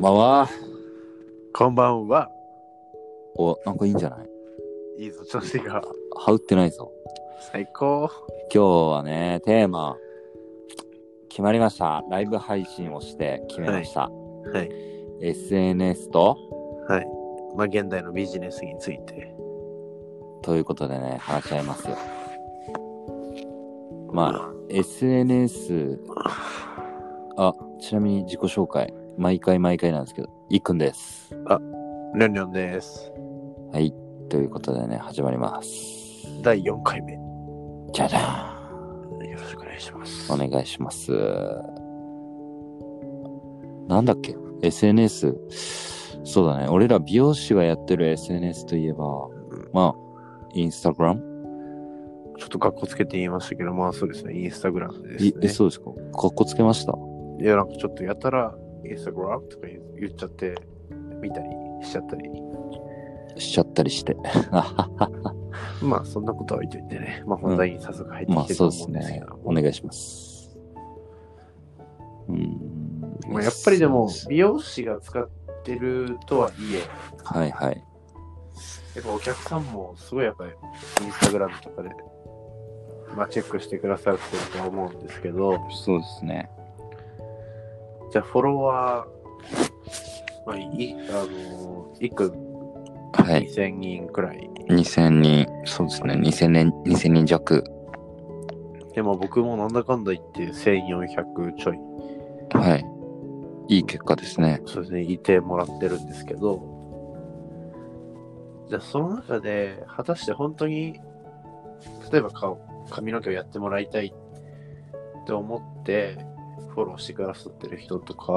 ばんは。こんばんは。お、なんかいいんじゃないいいぞ、調子が。羽織ってないぞ。最高。今日はね、テーマ、決まりました。ライブ配信をして決めました。はい。 SNS と、はい。まあ、現代のビジネスについて。ということでね、話し合いますよ。まあ、SNS、あ、ちなみに自己紹介、毎回毎回なんですけど、いっくんです。あ、にょんにょんです。はい。ということでね、始まります。第4回目。よじゃじゃろしくお願いします。ーん。お願いします。なんだっけ ?SNS。そうだね。俺ら美容師がやってる SNS といえば、うんまあ、インスタグラムちょっと格好つけて言いましたけど、まあそうですね、インスタグラムでいえ、すそうですかかっこつけましたね。いや、なんかちょっとやたら、インスタグラムとか言言っちゃって、見たりしちゃったり。しちゃったり して。まあそんなことは置いといてね。まあ本題に早速入ってまきあてるそとうで思うすんですけねど。。お願いします。うーん。まあ、やっぱりでも SNS 美容師が使ってるとはいえ、はいはい。やっぱお客さんもすごいやっぱりインスタグラムとかで、まあ、チェックしてくださってると思うんですけど、そうですね。じゃあフォロワー、まあ、い、あのー、いくはい。 2000人くらい。 2000人、そうですね。2000人、2000人弱。でも僕もなんだかんだ言って1400ちょい、はい。いい結果ですね。そうですね、いてもらってるんですけど、じゃあその中で、果たして本当に、例えば顔、髪の毛をやってもらいたいって思って、フォローしてくださってる人とか、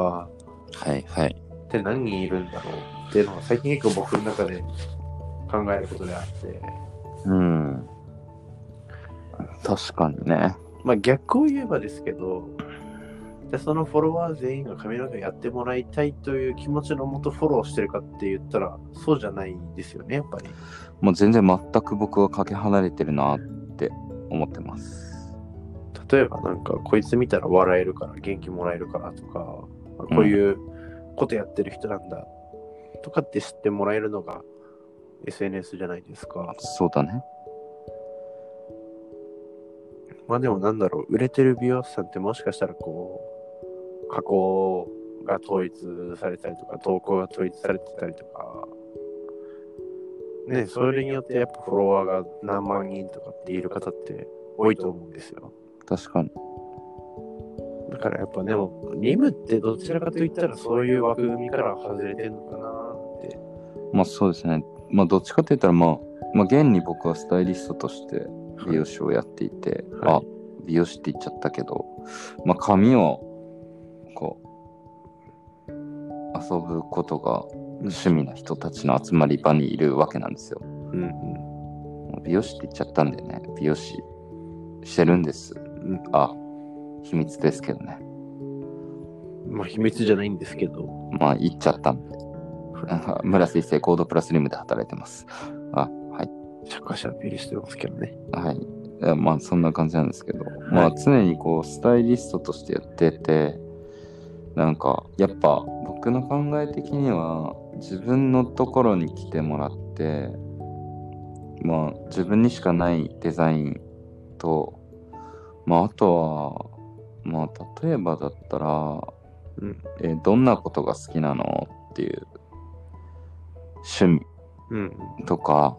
はいはい。って何人いるんだろうっていうのは最近結構僕の中で考えることであってうん。確かにね。まあ逆を言えばですけどじゃあそのフォロワー全員が髪の毛やってもらいたいという気持ちのもとフォローしてるかって言ったらそうじゃないですよねやっぱりもう全然全く僕はかけ離れてるなって思ってます。例えばなんかこいつ見たら笑えるから元気もらえるからとかまあこういうことやってる人なんだとかって知ってもらえるのが SNS じゃないですかそうだね。まあでもなんだろう、売れてる美容師さんってもしかしたらこう、加工が統一されたりとか、投稿が統一されてたりとか、ね、それによってやっぱフォロワーが何万人とかっている方って多いと思うんですよ。確かに。だからやっぱでも、リムってどちらかといったらそういう枠組みから外れてるのかなって。まあそうですね。まあどっちかって言ったらまあ、まあ現に僕はスタイリストとして美容師をやっていて、はいあ、美容師って言っちゃったけど、まあ髪をこう、遊ぶことが趣味な人たちの集まり場にいるわけなんですよ。うんうん美容師って言っちゃったんでね、美容師してるんです。うん。あ、秘密ですけどね。まあ秘密じゃないんですけど。まあ、言っちゃったんで。 村瀬一生コードプラスリムで働いてます。あ、はい。シャカシャピリしてますけどね。はい。えまあ、そんな感じなんですけど、まあ、常にこう、スタイリストとしてやってて、なんか、やっぱ、僕の考え的には、自分のところに来てもらって、まあ、自分にしかないデザインと、まあ、あとは、まあ、例えばだったら、うん。えーどんなことが好きなのっていう趣味うん。とか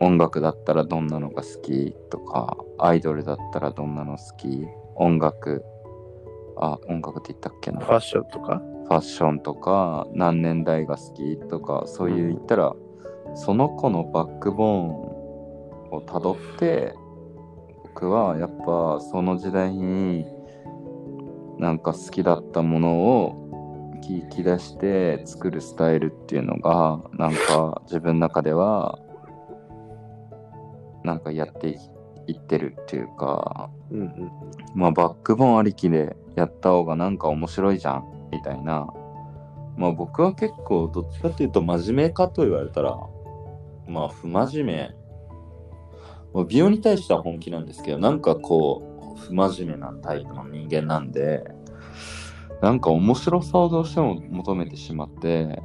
音楽だったらどんなのが好きとかアイドルだったらどんなの好き音楽あ音楽って言ったっけなフファッションとかァッションとか何年代が好きとかそういう言ったら、その子のバックボーンをたどって僕はやっぱその時代になんか好きだったものを聞き出して作るスタイルっていうのがなんか自分の中ではなんかやっていいってるっていうかうんうん。まあバックボーンありきでやった方がなんか面白いじゃんみたいなまあ僕は結構どっちかっていうと真面目かと言われたらまあ不真面目まあ美容に対しては本気なんですけどなんかこう不真面目なタイプの人間なんでなんか面白さをどうしても求めてしまって、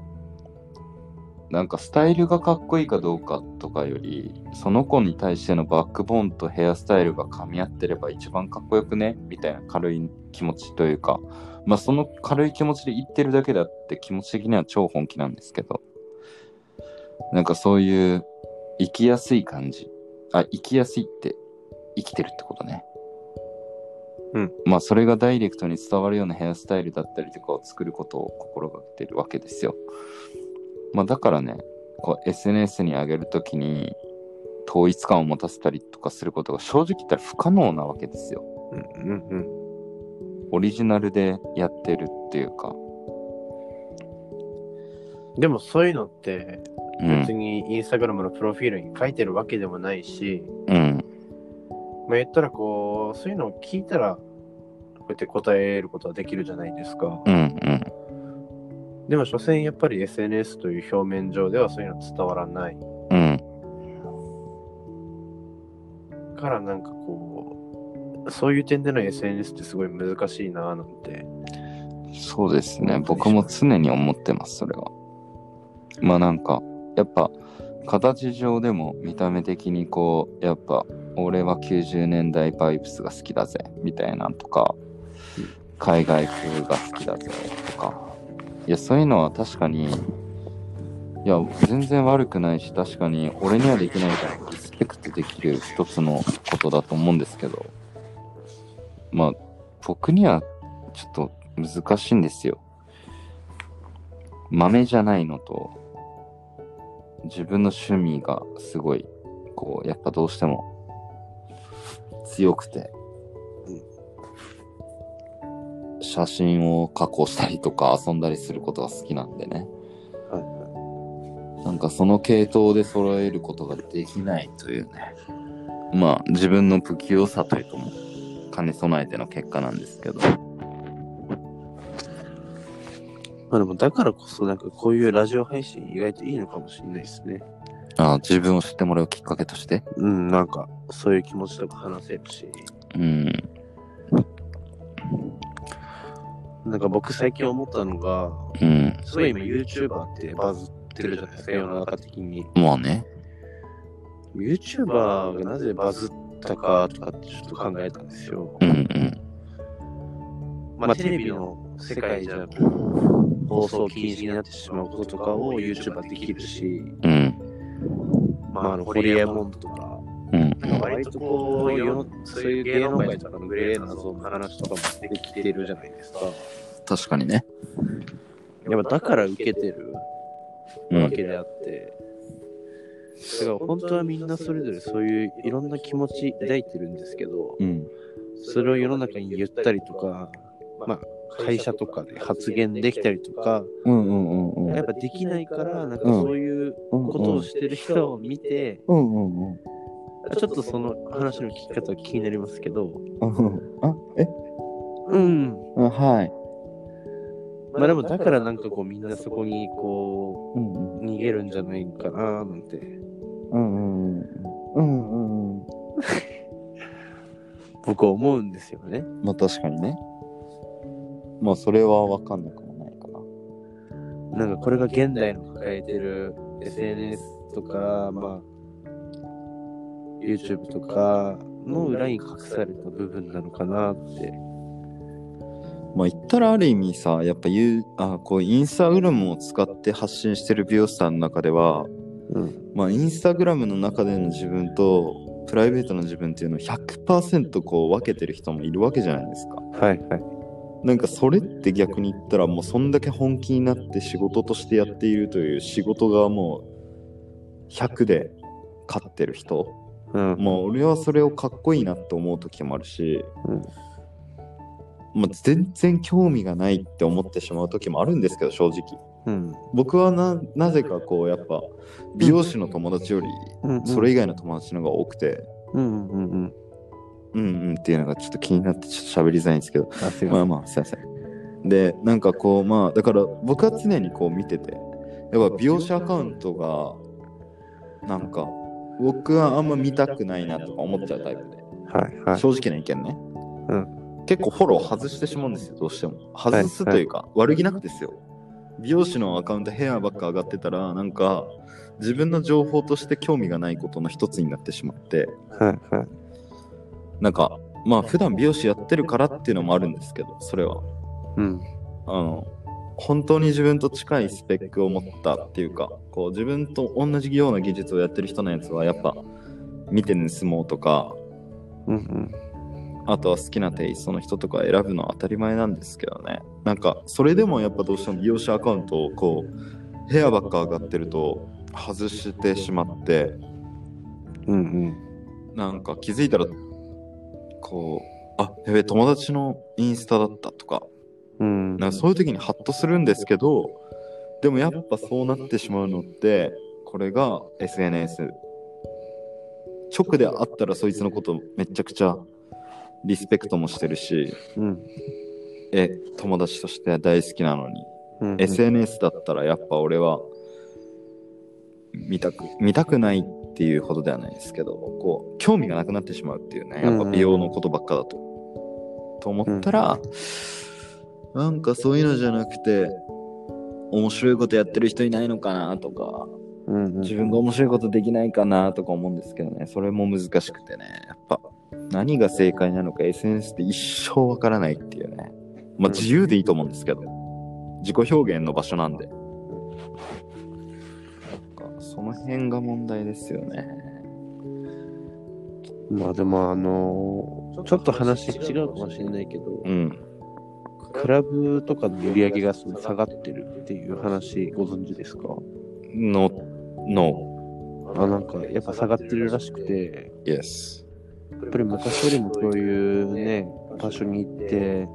なんかスタイルがかっこいいかどうかとかより、その子に対してのバックボーンとヘアスタイルが噛み合ってれば一番かっこよくねみたいな軽い気持ちというか、まあその軽い気持ちで言ってるだけだって気持ち的には超本気なんですけど、なんかそういう生きやすい感じ。あ、生きやすいって生きてるってことね。うん。まあそれがダイレクトに伝わるようなヘアスタイルだったりとかを作ることを心がけてるわけですよ。まあだからね、こう SNS に上げるときに統一感を持たせたりとかすることが正直言ったら不可能なわけですよ。うんうんうん。オリジナルでやってるっていうか。でもそういうのって、うん別。にインスタグラムのプロフィールに書いてるわけでもないし、うん。まあ、言ったらこう、そういうのを聞いたら、こうやって答えることはできるじゃないですか。うん。うん。でも、所詮やっぱり SNS という表面上ではそういうの伝わらない。うん。からなんかこう、そういう点での SNS ってすごい難しいなぁなんて。そうですね。僕も常に思ってます、それは。まあなんか、やっぱ、形上でも見た目的にこう、やっぱ、俺は90年代バイブスが好きだぜ、みたいなんとか、海外風が好きだぜ、とか。いや、そういうのは確かに、いや、全然悪くないし、確かに俺にはできないから、リスペクトできる一つのことだと思うんですけど、まあ、僕にはちょっと難しいんですよ。豆じゃないのと、自分の趣味がすごい、こう、やっぱどうしても強くて、写真を加工したりとか遊んだりすることが好きなんでね。はいなんかその系統で揃えることができないというね。まあ自分の不器用さというかも兼ね備えての結果なんですけど。まあでも、だからこそなんかこういうラジオ配信意外といいのかもしれないですね。あ自分を知ってもらうきっかけとして。うん、なんか、そういう気持ちとか話せるし。うん。なんか僕最近思ったのが、うん。すごい今 YouTuber ってバズってるじゃないですか、世の中的に。まあね。 YouTuber がなぜバズったかとかってちょっと考えたんですよ。うんうん。まあテレビの世界じゃ放送禁止になってしまうこととかを YouTuber できるし、うん。まああの、ホリエモンとか、うんなんか割とこう世の、そういう芸能界とかのグレーな謎の話とかもできてるじゃないですか。確かにね。やっぱだから受けてるうわん。けであって、だから本当はみんなそれぞれそういういろんな気持ち抱いてるんですけど、うん。それを世の中に言ったりとか、まあ、会社とかで発言できたりとか、うんうんうんうん。やっぱできないから、なんかそういうことをしてる人を見て、うんうんうん。ちょっとその話の聞き方が気になりますけど、あ、えうん、はい。まあでもだからなんかこうみんなそこにこうんうんう逃げるんじゃないかななんてうんうん。うんうんうん。僕は思うんですよね。まあ確かにね。まあそれはわかんなくもないかな。なんかこれが現代の抱えてる SNS とか、まあ YouTube とかの裏に隠された部分なのかなって。まあ言ったらある意味さ、やっぱ言う、あこうインスタグラムを使って発信してる美容師さんの中では、うん。まあ、インスタグラムの中での自分とプライベートの自分っていうのを100%こう分けてる人もいるわけじゃないですか。はいはい。なんかそれって逆に言ったらもうそんだけ本気になって仕事としてやっているという仕事がもう100で勝ってる人うん。まあ俺はそれをかっこいいなって思う時もあるし、うんまあ、全然興味がないって思ってしまう時もあるんですけど正直うん。僕はななぜかこうやっぱ美容師の友達よりうんそれ以外の友達の方が多くて、うんうんうん。うんうんっていうのがちょっと気になってちょっと喋りづらいんですけど、あ、すいままあまあ、すいません。で、なんかこう、まあ、だから僕は常にこう見てて、やっぱ美容師アカウントが、なんか、僕はあんま見たくないなとか思っちゃうタイプで、せん。はいはい。正直な意見ね。う結構フォロー外してしまうんですよ、どうしても。外すというか、悪気なくですよ。美容師のアカウントヘアばっか上がってたら、なんか、自分の情報として興味がないことの一つになってしまって、はいはい。なんか、まあ、普段美容師やってるからっていうのもあるんですけど、それは。うん。あの、本当に自分と近いスペックを持ったっていうか、こう、自分と同じような技術をやってる人のやつは、やっぱ、見て盗もうとか、うんうん。あとは好きなテイストの人とか選ぶのは当たり前なんですけどね。なんか、それでもやっぱどうしても美容師アカウントをこう、ヘアばっか上がってると外してしまって、うんなんか気づいたら、こう、あ、やべえ、友達のインスタだったとか、うん。うん。なんかそういう時にハッとするんですけど、でもやっぱそうなってしまうのって、これが SNS。直であったらそいつのことめちゃくちゃリスペクトもしてるし、うん。え友達として大好きなのに、うん。 SNS だったらやっぱ俺は見たく見たくないっていうほどではないですけどこう興味がなくなってしまうっていうねやっぱ美容のことばっかだと、と思ったら、なんかそういうのじゃなくて面白いことやってる人いないのかなとかうんうん。自分が面白いことできないかなとか思うんですけどねそれも難しくてねやっぱ何が正解なのか SNS って一生わからないっていうねまあうん自由でいいと思うんですけど自己表現の場所なんでなんかその辺が問題ですよねまあでもあのーちょっと話違うかもしれないけど、うんクラブとかの売り上げがすごい下がってるっていう話ご存知ですかののあなんかやっぱ下がってるらしくて、 Yes やっぱり昔よりもそういうね、場所に行って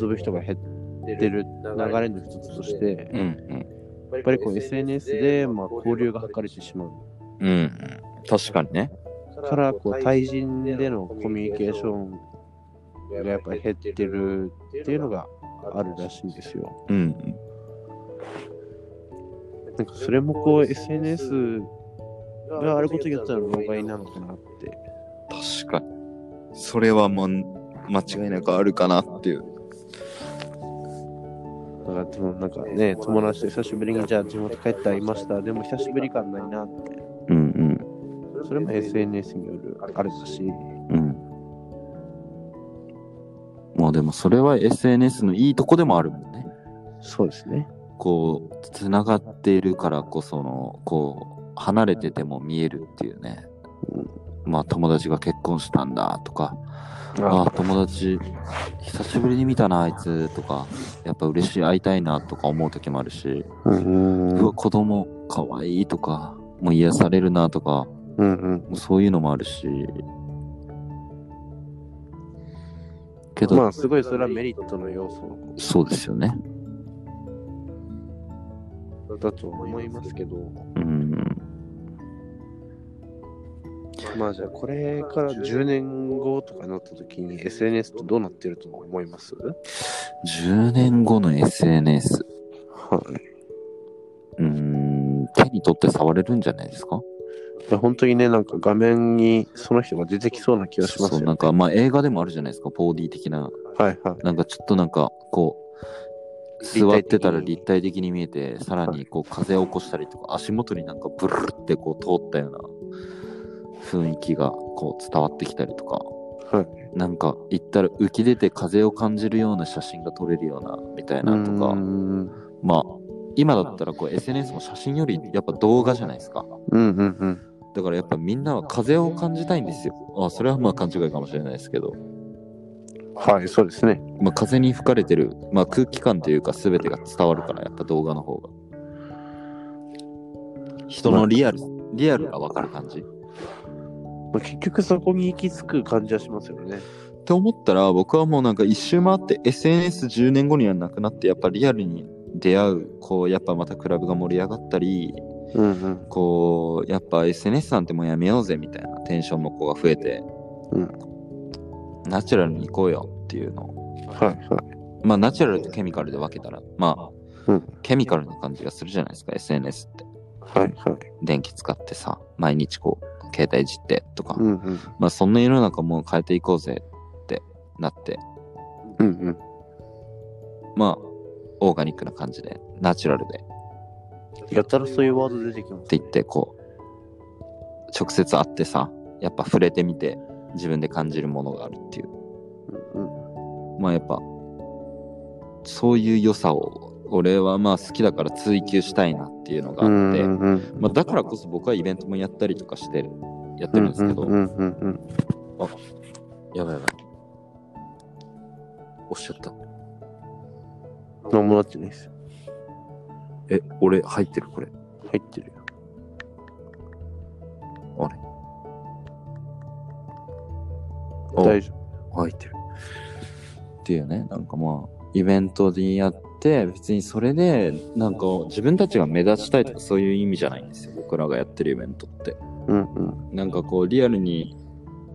遊ぶ人が減ってる流れの一つとして、うんやっぱりこう SNS でまあ交流が図れてしまう。うんうん確かにねからこう対人でのコミュニケーションがやっぱり減ってるっていうのがあるらしいんですよ。うんなんかそれもこう SNS があることによっては老害なのかなって。確かにそれはもう間違いなくあるかなっていうだからでもなんかね、友達と久しぶりにじゃあ地元帰って会いました。でも久しぶり感ないなって。うんそれも SNS によるあれだし。うんうんまあでもそれは SNS のいいとこでもあるもんねそうですね。こうつながっているからこそのこう離れてても見えるっていうねまあ友達が結婚したんだとかああ友達久しぶりに見たなあいつとかやっぱ嬉しい会いたいなとか思う時もあるし、うんうわ子供かわいいとかもう癒されるなとかうんうん。もうそういうのもあるしけど、まあすごいそれはメリットの要素そうですよねだと思いますけど、うんまあじゃあこれから10年後とかになった時に SNS ってどうなってると思います10年後の SNS はうい。ーん手に取って触れるんじゃないですかいや本当にね、なんか画面にその人が出てきそうな気がしますそうよなんかまあ映画でもあるじゃないですか 4D 的なはいはい。なんかちょっとなんかこう立体的に座ってたら立体的に見えてさらにこう風を起こしたりとか足元になんかブルルルってこう通ったような雰囲気がこう伝わってきたりとかはい。なんか行ったら浮き出て風を感じるような写真が撮れるようなみたいなとうかんまあ今だったらこう SNS も写真よりやっぱ動画じゃないですかうんうん。だからやっぱみんなは風を感じたいんですよあそれはまあ勘違いかもしれないですけどはい、そうですね。まあ、風に吹かれてる、まあ、空気感というか全てが伝わるからやっぱ動画の方が人のリアル、リアルが分かる感じっまあ、結局そこに行き着く感じはしますよね。て思ったら僕はもうなんか一周回って SNS10 年後にはなくなってやっぱリアルに出会うこうやっぱまたクラブが盛り上がったりうんうん。こうやっぱ SNS なんてもうやめようぜみたいなテンションの子が増えて、うんナチュラルに行こうよっていうのをはいはい。まあナチュラルとケミカルで分けたら、まあ、うんケミカルな感じがするじゃないですか、SNS って。はいはい。電気使ってさ、毎日こう、携帯いじってとか、うんうん。まあそんな世の中もう変えていこうぜってなって、うんうん。まあ、オーガニックな感じで、ナチュラルで、やったらそういうワード出てきまっす、て言って、こう、直接会ってさ、やっぱ触れてみて、自分で感じるものがあるっていう。うんまあやっぱ、そういう良さを、俺はまあ好きだから追求したいなっていうのがうあん。って、うんうんまあだからこそ僕はイベントもやったりとかしてる、やってるんですけど、うんうんうんうん。やばいやばい。おっしゃった。何もなってないですよ。え、俺入ってるこれ。入ってるよ。あれ大丈入ってる。っていうねなんかまあイベントでやって別にそれでなんか自分たちが目立ちたいとかそういう意味じゃないんですよ僕らがやってるイベントって夫。うんうん。なんかこうリアルに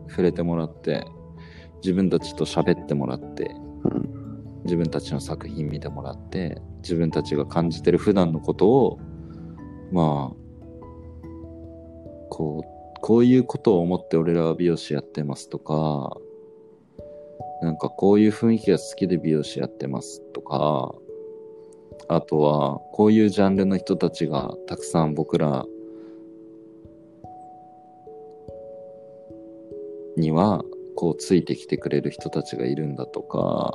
触れてもらって自分たちと喋ってもらってうん自分たちの作品見てもらって自分たちが感じてる普段のことをまあこうこういうことを思って俺らは美容師やってますとかなんかこういう雰囲気が好きで美容師やってますとかあとはこういうジャンルの人たちがたくさん僕らにはこうついてきてくれる人たちがいるんだとか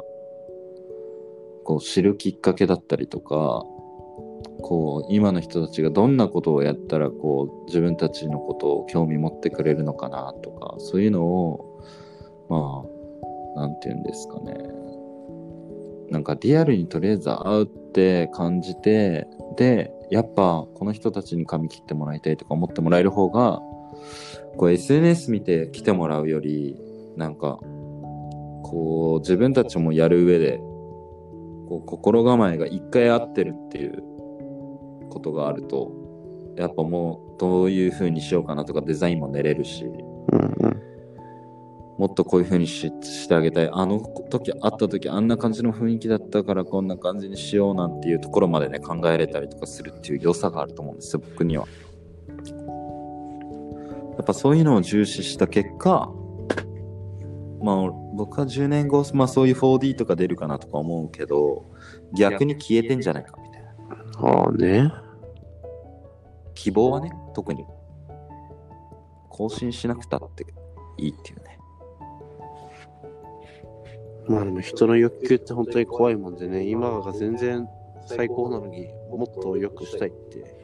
こう知るきっかけだったりとかこう今の人たちがどんなことをやったらこう自分たちのことを興味持ってくれるのかなとかそういうのをまあなんて言うんですかねなんかリアルにとりあえず会うって感じてでやっぱこの人たちに髪切ってもらいたいとか思ってもらえる方がこう SNS 見て来てもらうよりなんかこう自分たちもやる上でこう心構えが一回合ってるっていうことがあるとやっぱもうどういう風にしようかなとかデザインも練れるしうんうん。もっとこういう風にししてあげたいあの時会った時あんな感じの雰囲気だったからこんな感じにしようなんていうところまでね考えれたりとかするっていう良さがあると思うんですよ僕にはやっぱそういうのを重視した結果まあ僕は10年後、まあ、そういう 4D とか出るかなとか思うけど逆に消えてんじゃないかみたいなああね。希望はね特に更新しなくたっていいっていうねまあでも人の欲求って本当に怖いもんでね、今が全然最高なのにもっと良くしたいって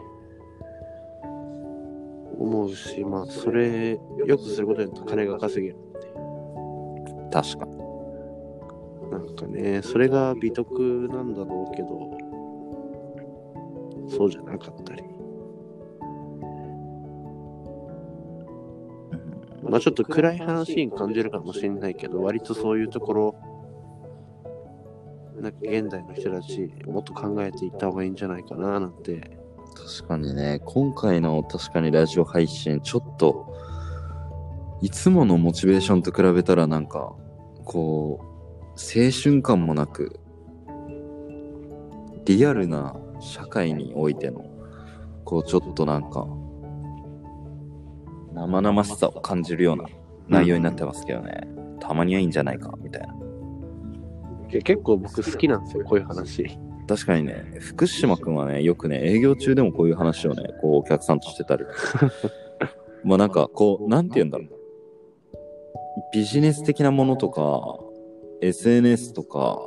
思うし、まあそれ良くすることによって金が稼げる。確かになんかね、それが美徳なんだろうけど、そうじゃなかったり。まあちょっと暗い話に感じるかもしれないけど、割とそういうところ、なんか現代の人たち、もっと考えていった方がいいんじゃないかななんて。確かにね、今回の確かにラジオ配信、ちょっと、いつものモチベーションと比べたらなんか、こう、青春感もなく、リアルな社会においての、こう、ちょっとなんか、生々しさを感じるような内容になってますけどね。たまにはいいんじゃないか、みたいな。け結構僕好きなんですよ、こういう話。確かにね、福島くんはね、よくね、営業中でもこういう話をね、こう、お客さんとしてたり。まあなんか、こう、なんて言うんだろう。ビジネス的なものとか、SNS とか、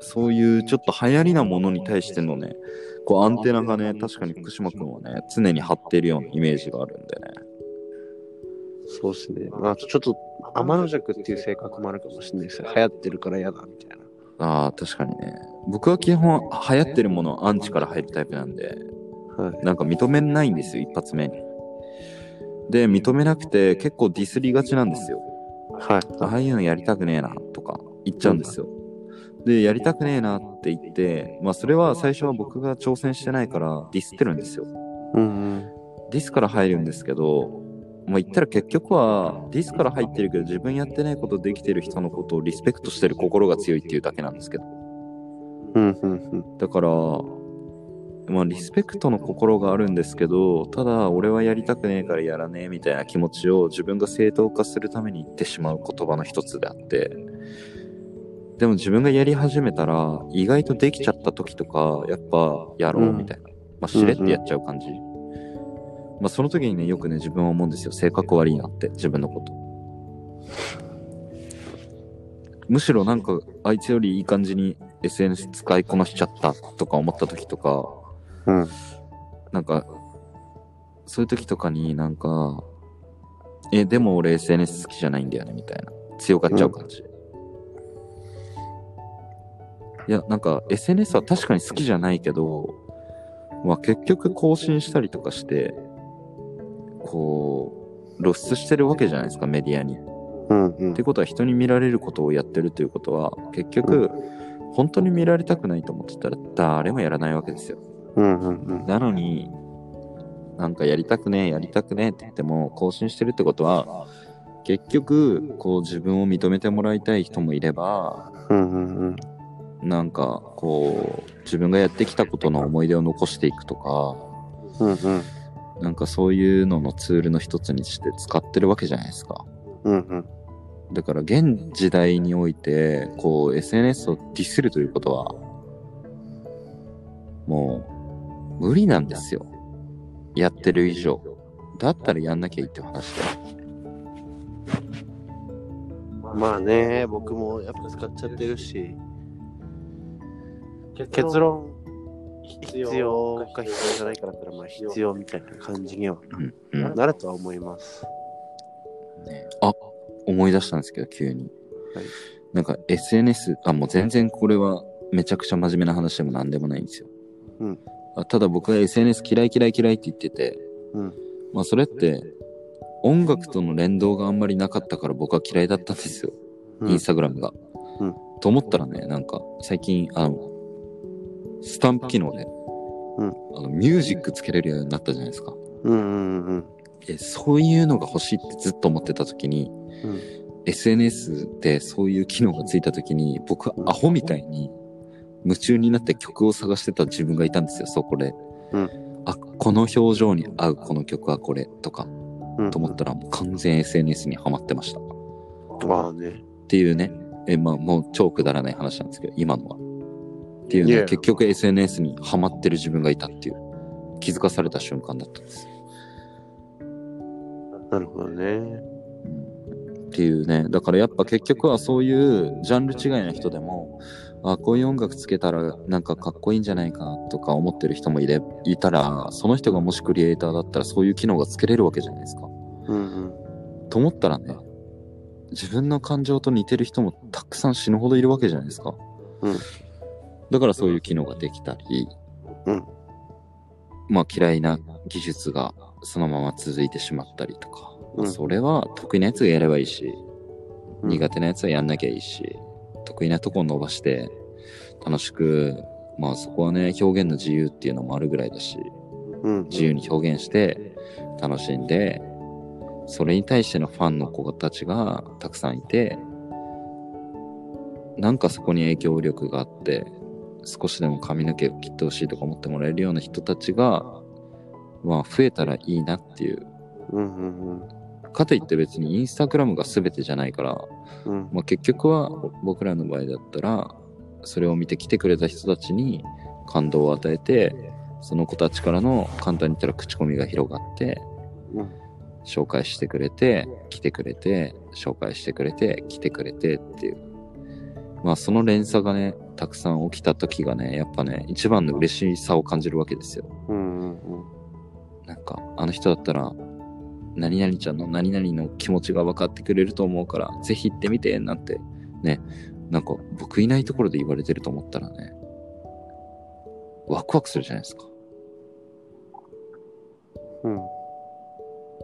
そういうちょっと流行りなものに対してのね、こう、アンテナがね、確かに福島くんはね、常に張っているようなイメージがあるんでね。そうですね。まあちょっと、天の弱っていう性格もあるかもしれないですよ。流行ってるから嫌だ、みたいな。ああ、確かにね。僕は基本、流行ってるものはアンチから入るタイプなんで、はい。なんか認めないんですよ、一発目に。で、認めなくて結構ディスりがちなんですよ。はい。ああいうのやりたくねえなとか言っちゃうんですよ。で、やりたくねえなって言って、まあそれは最初は僕が挑戦してないからディスってるんですよ。うんうん。ディスから入るんですけど、まあ言ったら結局はディスから入ってるけど自分やってないことできてる人のことをリスペクトしてる心が強いっていうだけなんですけど。うんうんうん。だから、まあ、リスペクトの心があるんですけど、ただ、俺はやりたくねえからやらねえみたいな気持ちを自分が正当化するために言ってしまう言葉の一つであって、でも自分がやり始めたら、意外とできちゃった時とか、やっぱやろうみたいな。まあ、しれってやっちゃう感じ。まあ、その時にね、よくね、自分は思うんですよ。性格悪いなって、自分のこと。むしろなんか、あいつよりいい感じに SNS 使いこなしちゃったとか思った時とか、うん。なんか、そういう時とかになんか、え、でも俺 SNS 好きじゃないんだよね、みたいな。強がっちゃう感じ。いや、なんか SNS は確かに好きじゃないけど、まあ結局更新したりとかして、こう、露出してるわけじゃないですか、メディアに。うん。うっんて。ことは人に見られることをやってるということは結局本当に見られたくないと思ってたら誰もやらないわけですようん。うん。なのになんかやりたくねえやりたくねえって言っても更新してるってことは結局こう自分を認めてもらいたい人もいればうん。うん。なんかこう自分がやってきたことの思い出を残していくとかうん。うん。なんかそういうののツールの一つにして使ってるわけじゃないですかうん。だから現時代においてこう SNS をディスるということはもう無理なんですよやってる以上だったらやんなきゃいいって話でまあね、僕もやっぱ使っちゃってるし、結論、必要か必要じゃないかだったら、まあ必要みたいな感じにはうんうんなるとは思います。あ思い出したんですけど急に、はいなんか SNS あもう全然これはめちゃくちゃ真面目な話でも何でもないんですよ、うんあただ僕が SNS 嫌い嫌い嫌いって言ってて、うんまあ、それって音楽との連動があんまりなかったから僕は嫌いだったんですようんインスタグラムが。うんと思ったらね、なんか最近、あの、スタンプ機能で、うんあのミュージックつけれるようになったじゃないですか。うんうんえ、そういうのが欲しいってずっと思ってた時に、うん SNS でそういう機能がついた時に、僕う、んアホみたいに夢中になって曲を探してた自分がいたんですよ、そこで。うんあ、この表情に合うこの曲はこれとか、うん。と思ったらもう完全 SNS にはまってました。まあね。っていうね、えまあ、もう超くだらない話なんですけど、今のは。っていういやね、いや結局 SNS にハマってる自分がいたっていう、気づかされた瞬間だったんです。なるほどね。っていうね、だからやっぱ結局はそういうジャンル違いの人でも、あこういう音楽つけたらなんかかっこいいんじゃないかとか思ってる人もいれいたら、その人がもしクリエイターだったらそういう機能がつけれるわけじゃないですか。うんうん。と思ったらね、自分の感情と似てる人もたくさん死ぬほどいるわけじゃないですか。うんだからそういう機能ができたり、うんまあ嫌いな技術がそのまま続いてしまったりとか、うんそれは得意なやつがやればいいし、うん苦手なやつはやんなきゃいいし、得意なとこを伸ばして楽しく、まあそこはね、表現の自由っていうのもあるぐらいだし、うん。自由に表現して楽しんでそれに対してのファンの子たちがたくさんいてなんかそこに影響力があって少しでも髪の毛を切ってほしいとか思ってもらえるような人たちがまあ増えたらいいなっていううんうんかといって別にインスタグラムが全てじゃないから、うん。うんまあ、結局は僕らの場合だったらそれを見て来てくれた人たちに感動を与えてその子たちからの簡単に言ったら口コミが広がってうん紹介してくれて来てくれて紹介してくれて来てくれてっていうまあその連鎖がねたくさん起きた時がねやっぱね一番の嬉しさを感じるわけですようんうんなんかあの人だったら何々ちゃんの何々の気持ちが分かってくれると思うからぜひ行ってみてなんてねなんか僕いないところで言われてると思ったらねワクワクするじゃないですかうん。っ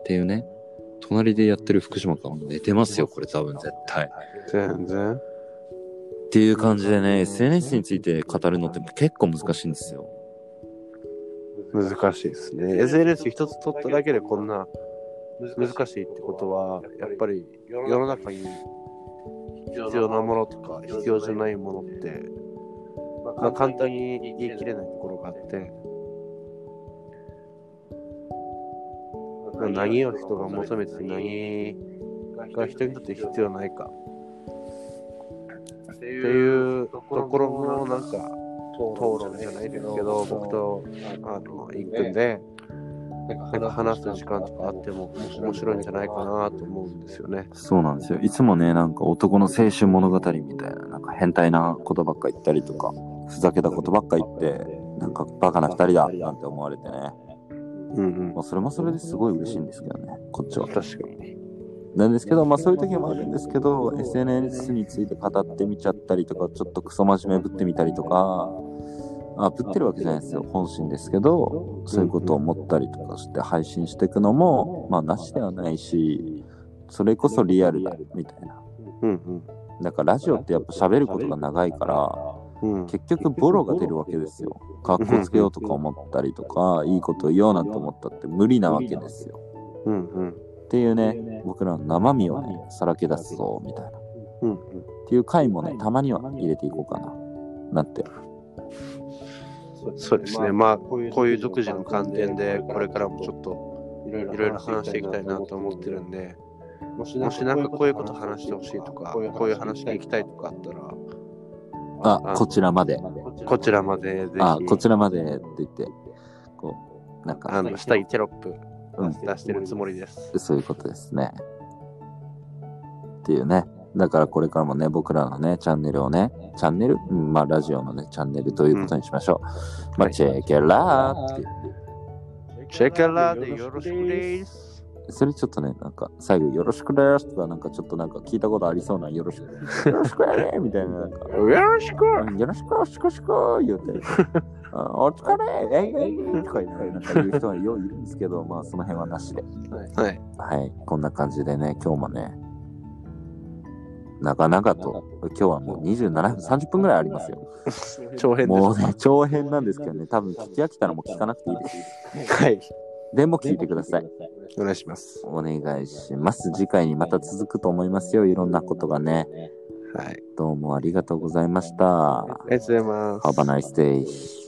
ていうね隣でやってる福島君は寝てますよこれ多分絶対全然。っていう感じでね SNS について語るのって結構難しいんですよ難しいですね。SNS 一つ取っただけでこんな難しいってことは、やっぱり世の中に必要なものとか必要じゃないものって、まあ、簡単に言い切れないところがあって、まあ何を人が求めて何が人にとって必要ないかっていいうところのなんか討論じゃないですけど、僕とあのイン君で、なんか話す時間とかあっても面白いんじゃないかなと思うんですよね。そうなんですよ。いつもね、なんか男の青春物語みたいな、なんか変態なことばっか言ったりとか、ふざけたことばっか言って、なんかバカな二人だなんて思われてね。うんまあ、それもそれですごい嬉しいんですけどね、こっちうん。は。確かに。なんですけど、まあそういう時もあるんですけど、SNS について語ってみちゃったりとか、ちょっとクソ真面目ぶってみたりとか、あ、ぶってるわけじゃないですよ、本心ですけど、そういうことを思ったりとかして配信していくのも、まあなしではないし、それこそリアルだ、みたいな。うんだからラジオってやっぱ喋ることが長いから、うん。うん。結局ボロが出るわけですよ。かっこつけようとか思ったりとか、いいこと言おうなんて思ったって無理なわけですよ。うんうん。っていうね、僕らの生身をね、さらけ出すぞ、みたいな。うんっていう回もね、たまには入れていこうかな。なんて。うん。そうですね。まあ、こういう独自の観点で、これからもちょっといいろろいいろろ話話ししてていいききたたいいななとと思思っっててるるんんでで、、もしもなんかこういうこと話してほしいとか、こういう話聞きたいとかあったら、ああ、こちらまで。こちらまでぜひ、あ、こちらまでって言って、こう、なんあか、の下にテロップうん出してるつもりです。そういうことですね。っていうね。だからこれからもね、僕らのね、チャンネルをね、チャンネル、うんまあラジオのね、チャンネルということにしましょう。まあ、チェケラーっていう。チェケラでよろしくです。それちょっとね、なんか、最後、よろしくですとか、なんかちょっとなんか聞いたことありそうな、よろしく、よろしくやれみたいな、なん か、よろしくうんよろしく、よろしく、よろしく、言うて、あお疲れ、えいえいえいとか言って、なんか言う人はよういるんですけど、まあ、その辺はなしで。はい。はい、こんな感じでね、今日もね、なかなかと、今日はもう27分、30分ぐらいありますよ。長編でもすうね、長編なんですけどね、多分聞き飽きたらもう聞かなくていいです。はい。でも聞いてください。お願いします。お願いします。次回にまた続くと思いますよ、いろんなことがね。はい。どうもありがとうございました。ありがとうございます。 Have a nice day.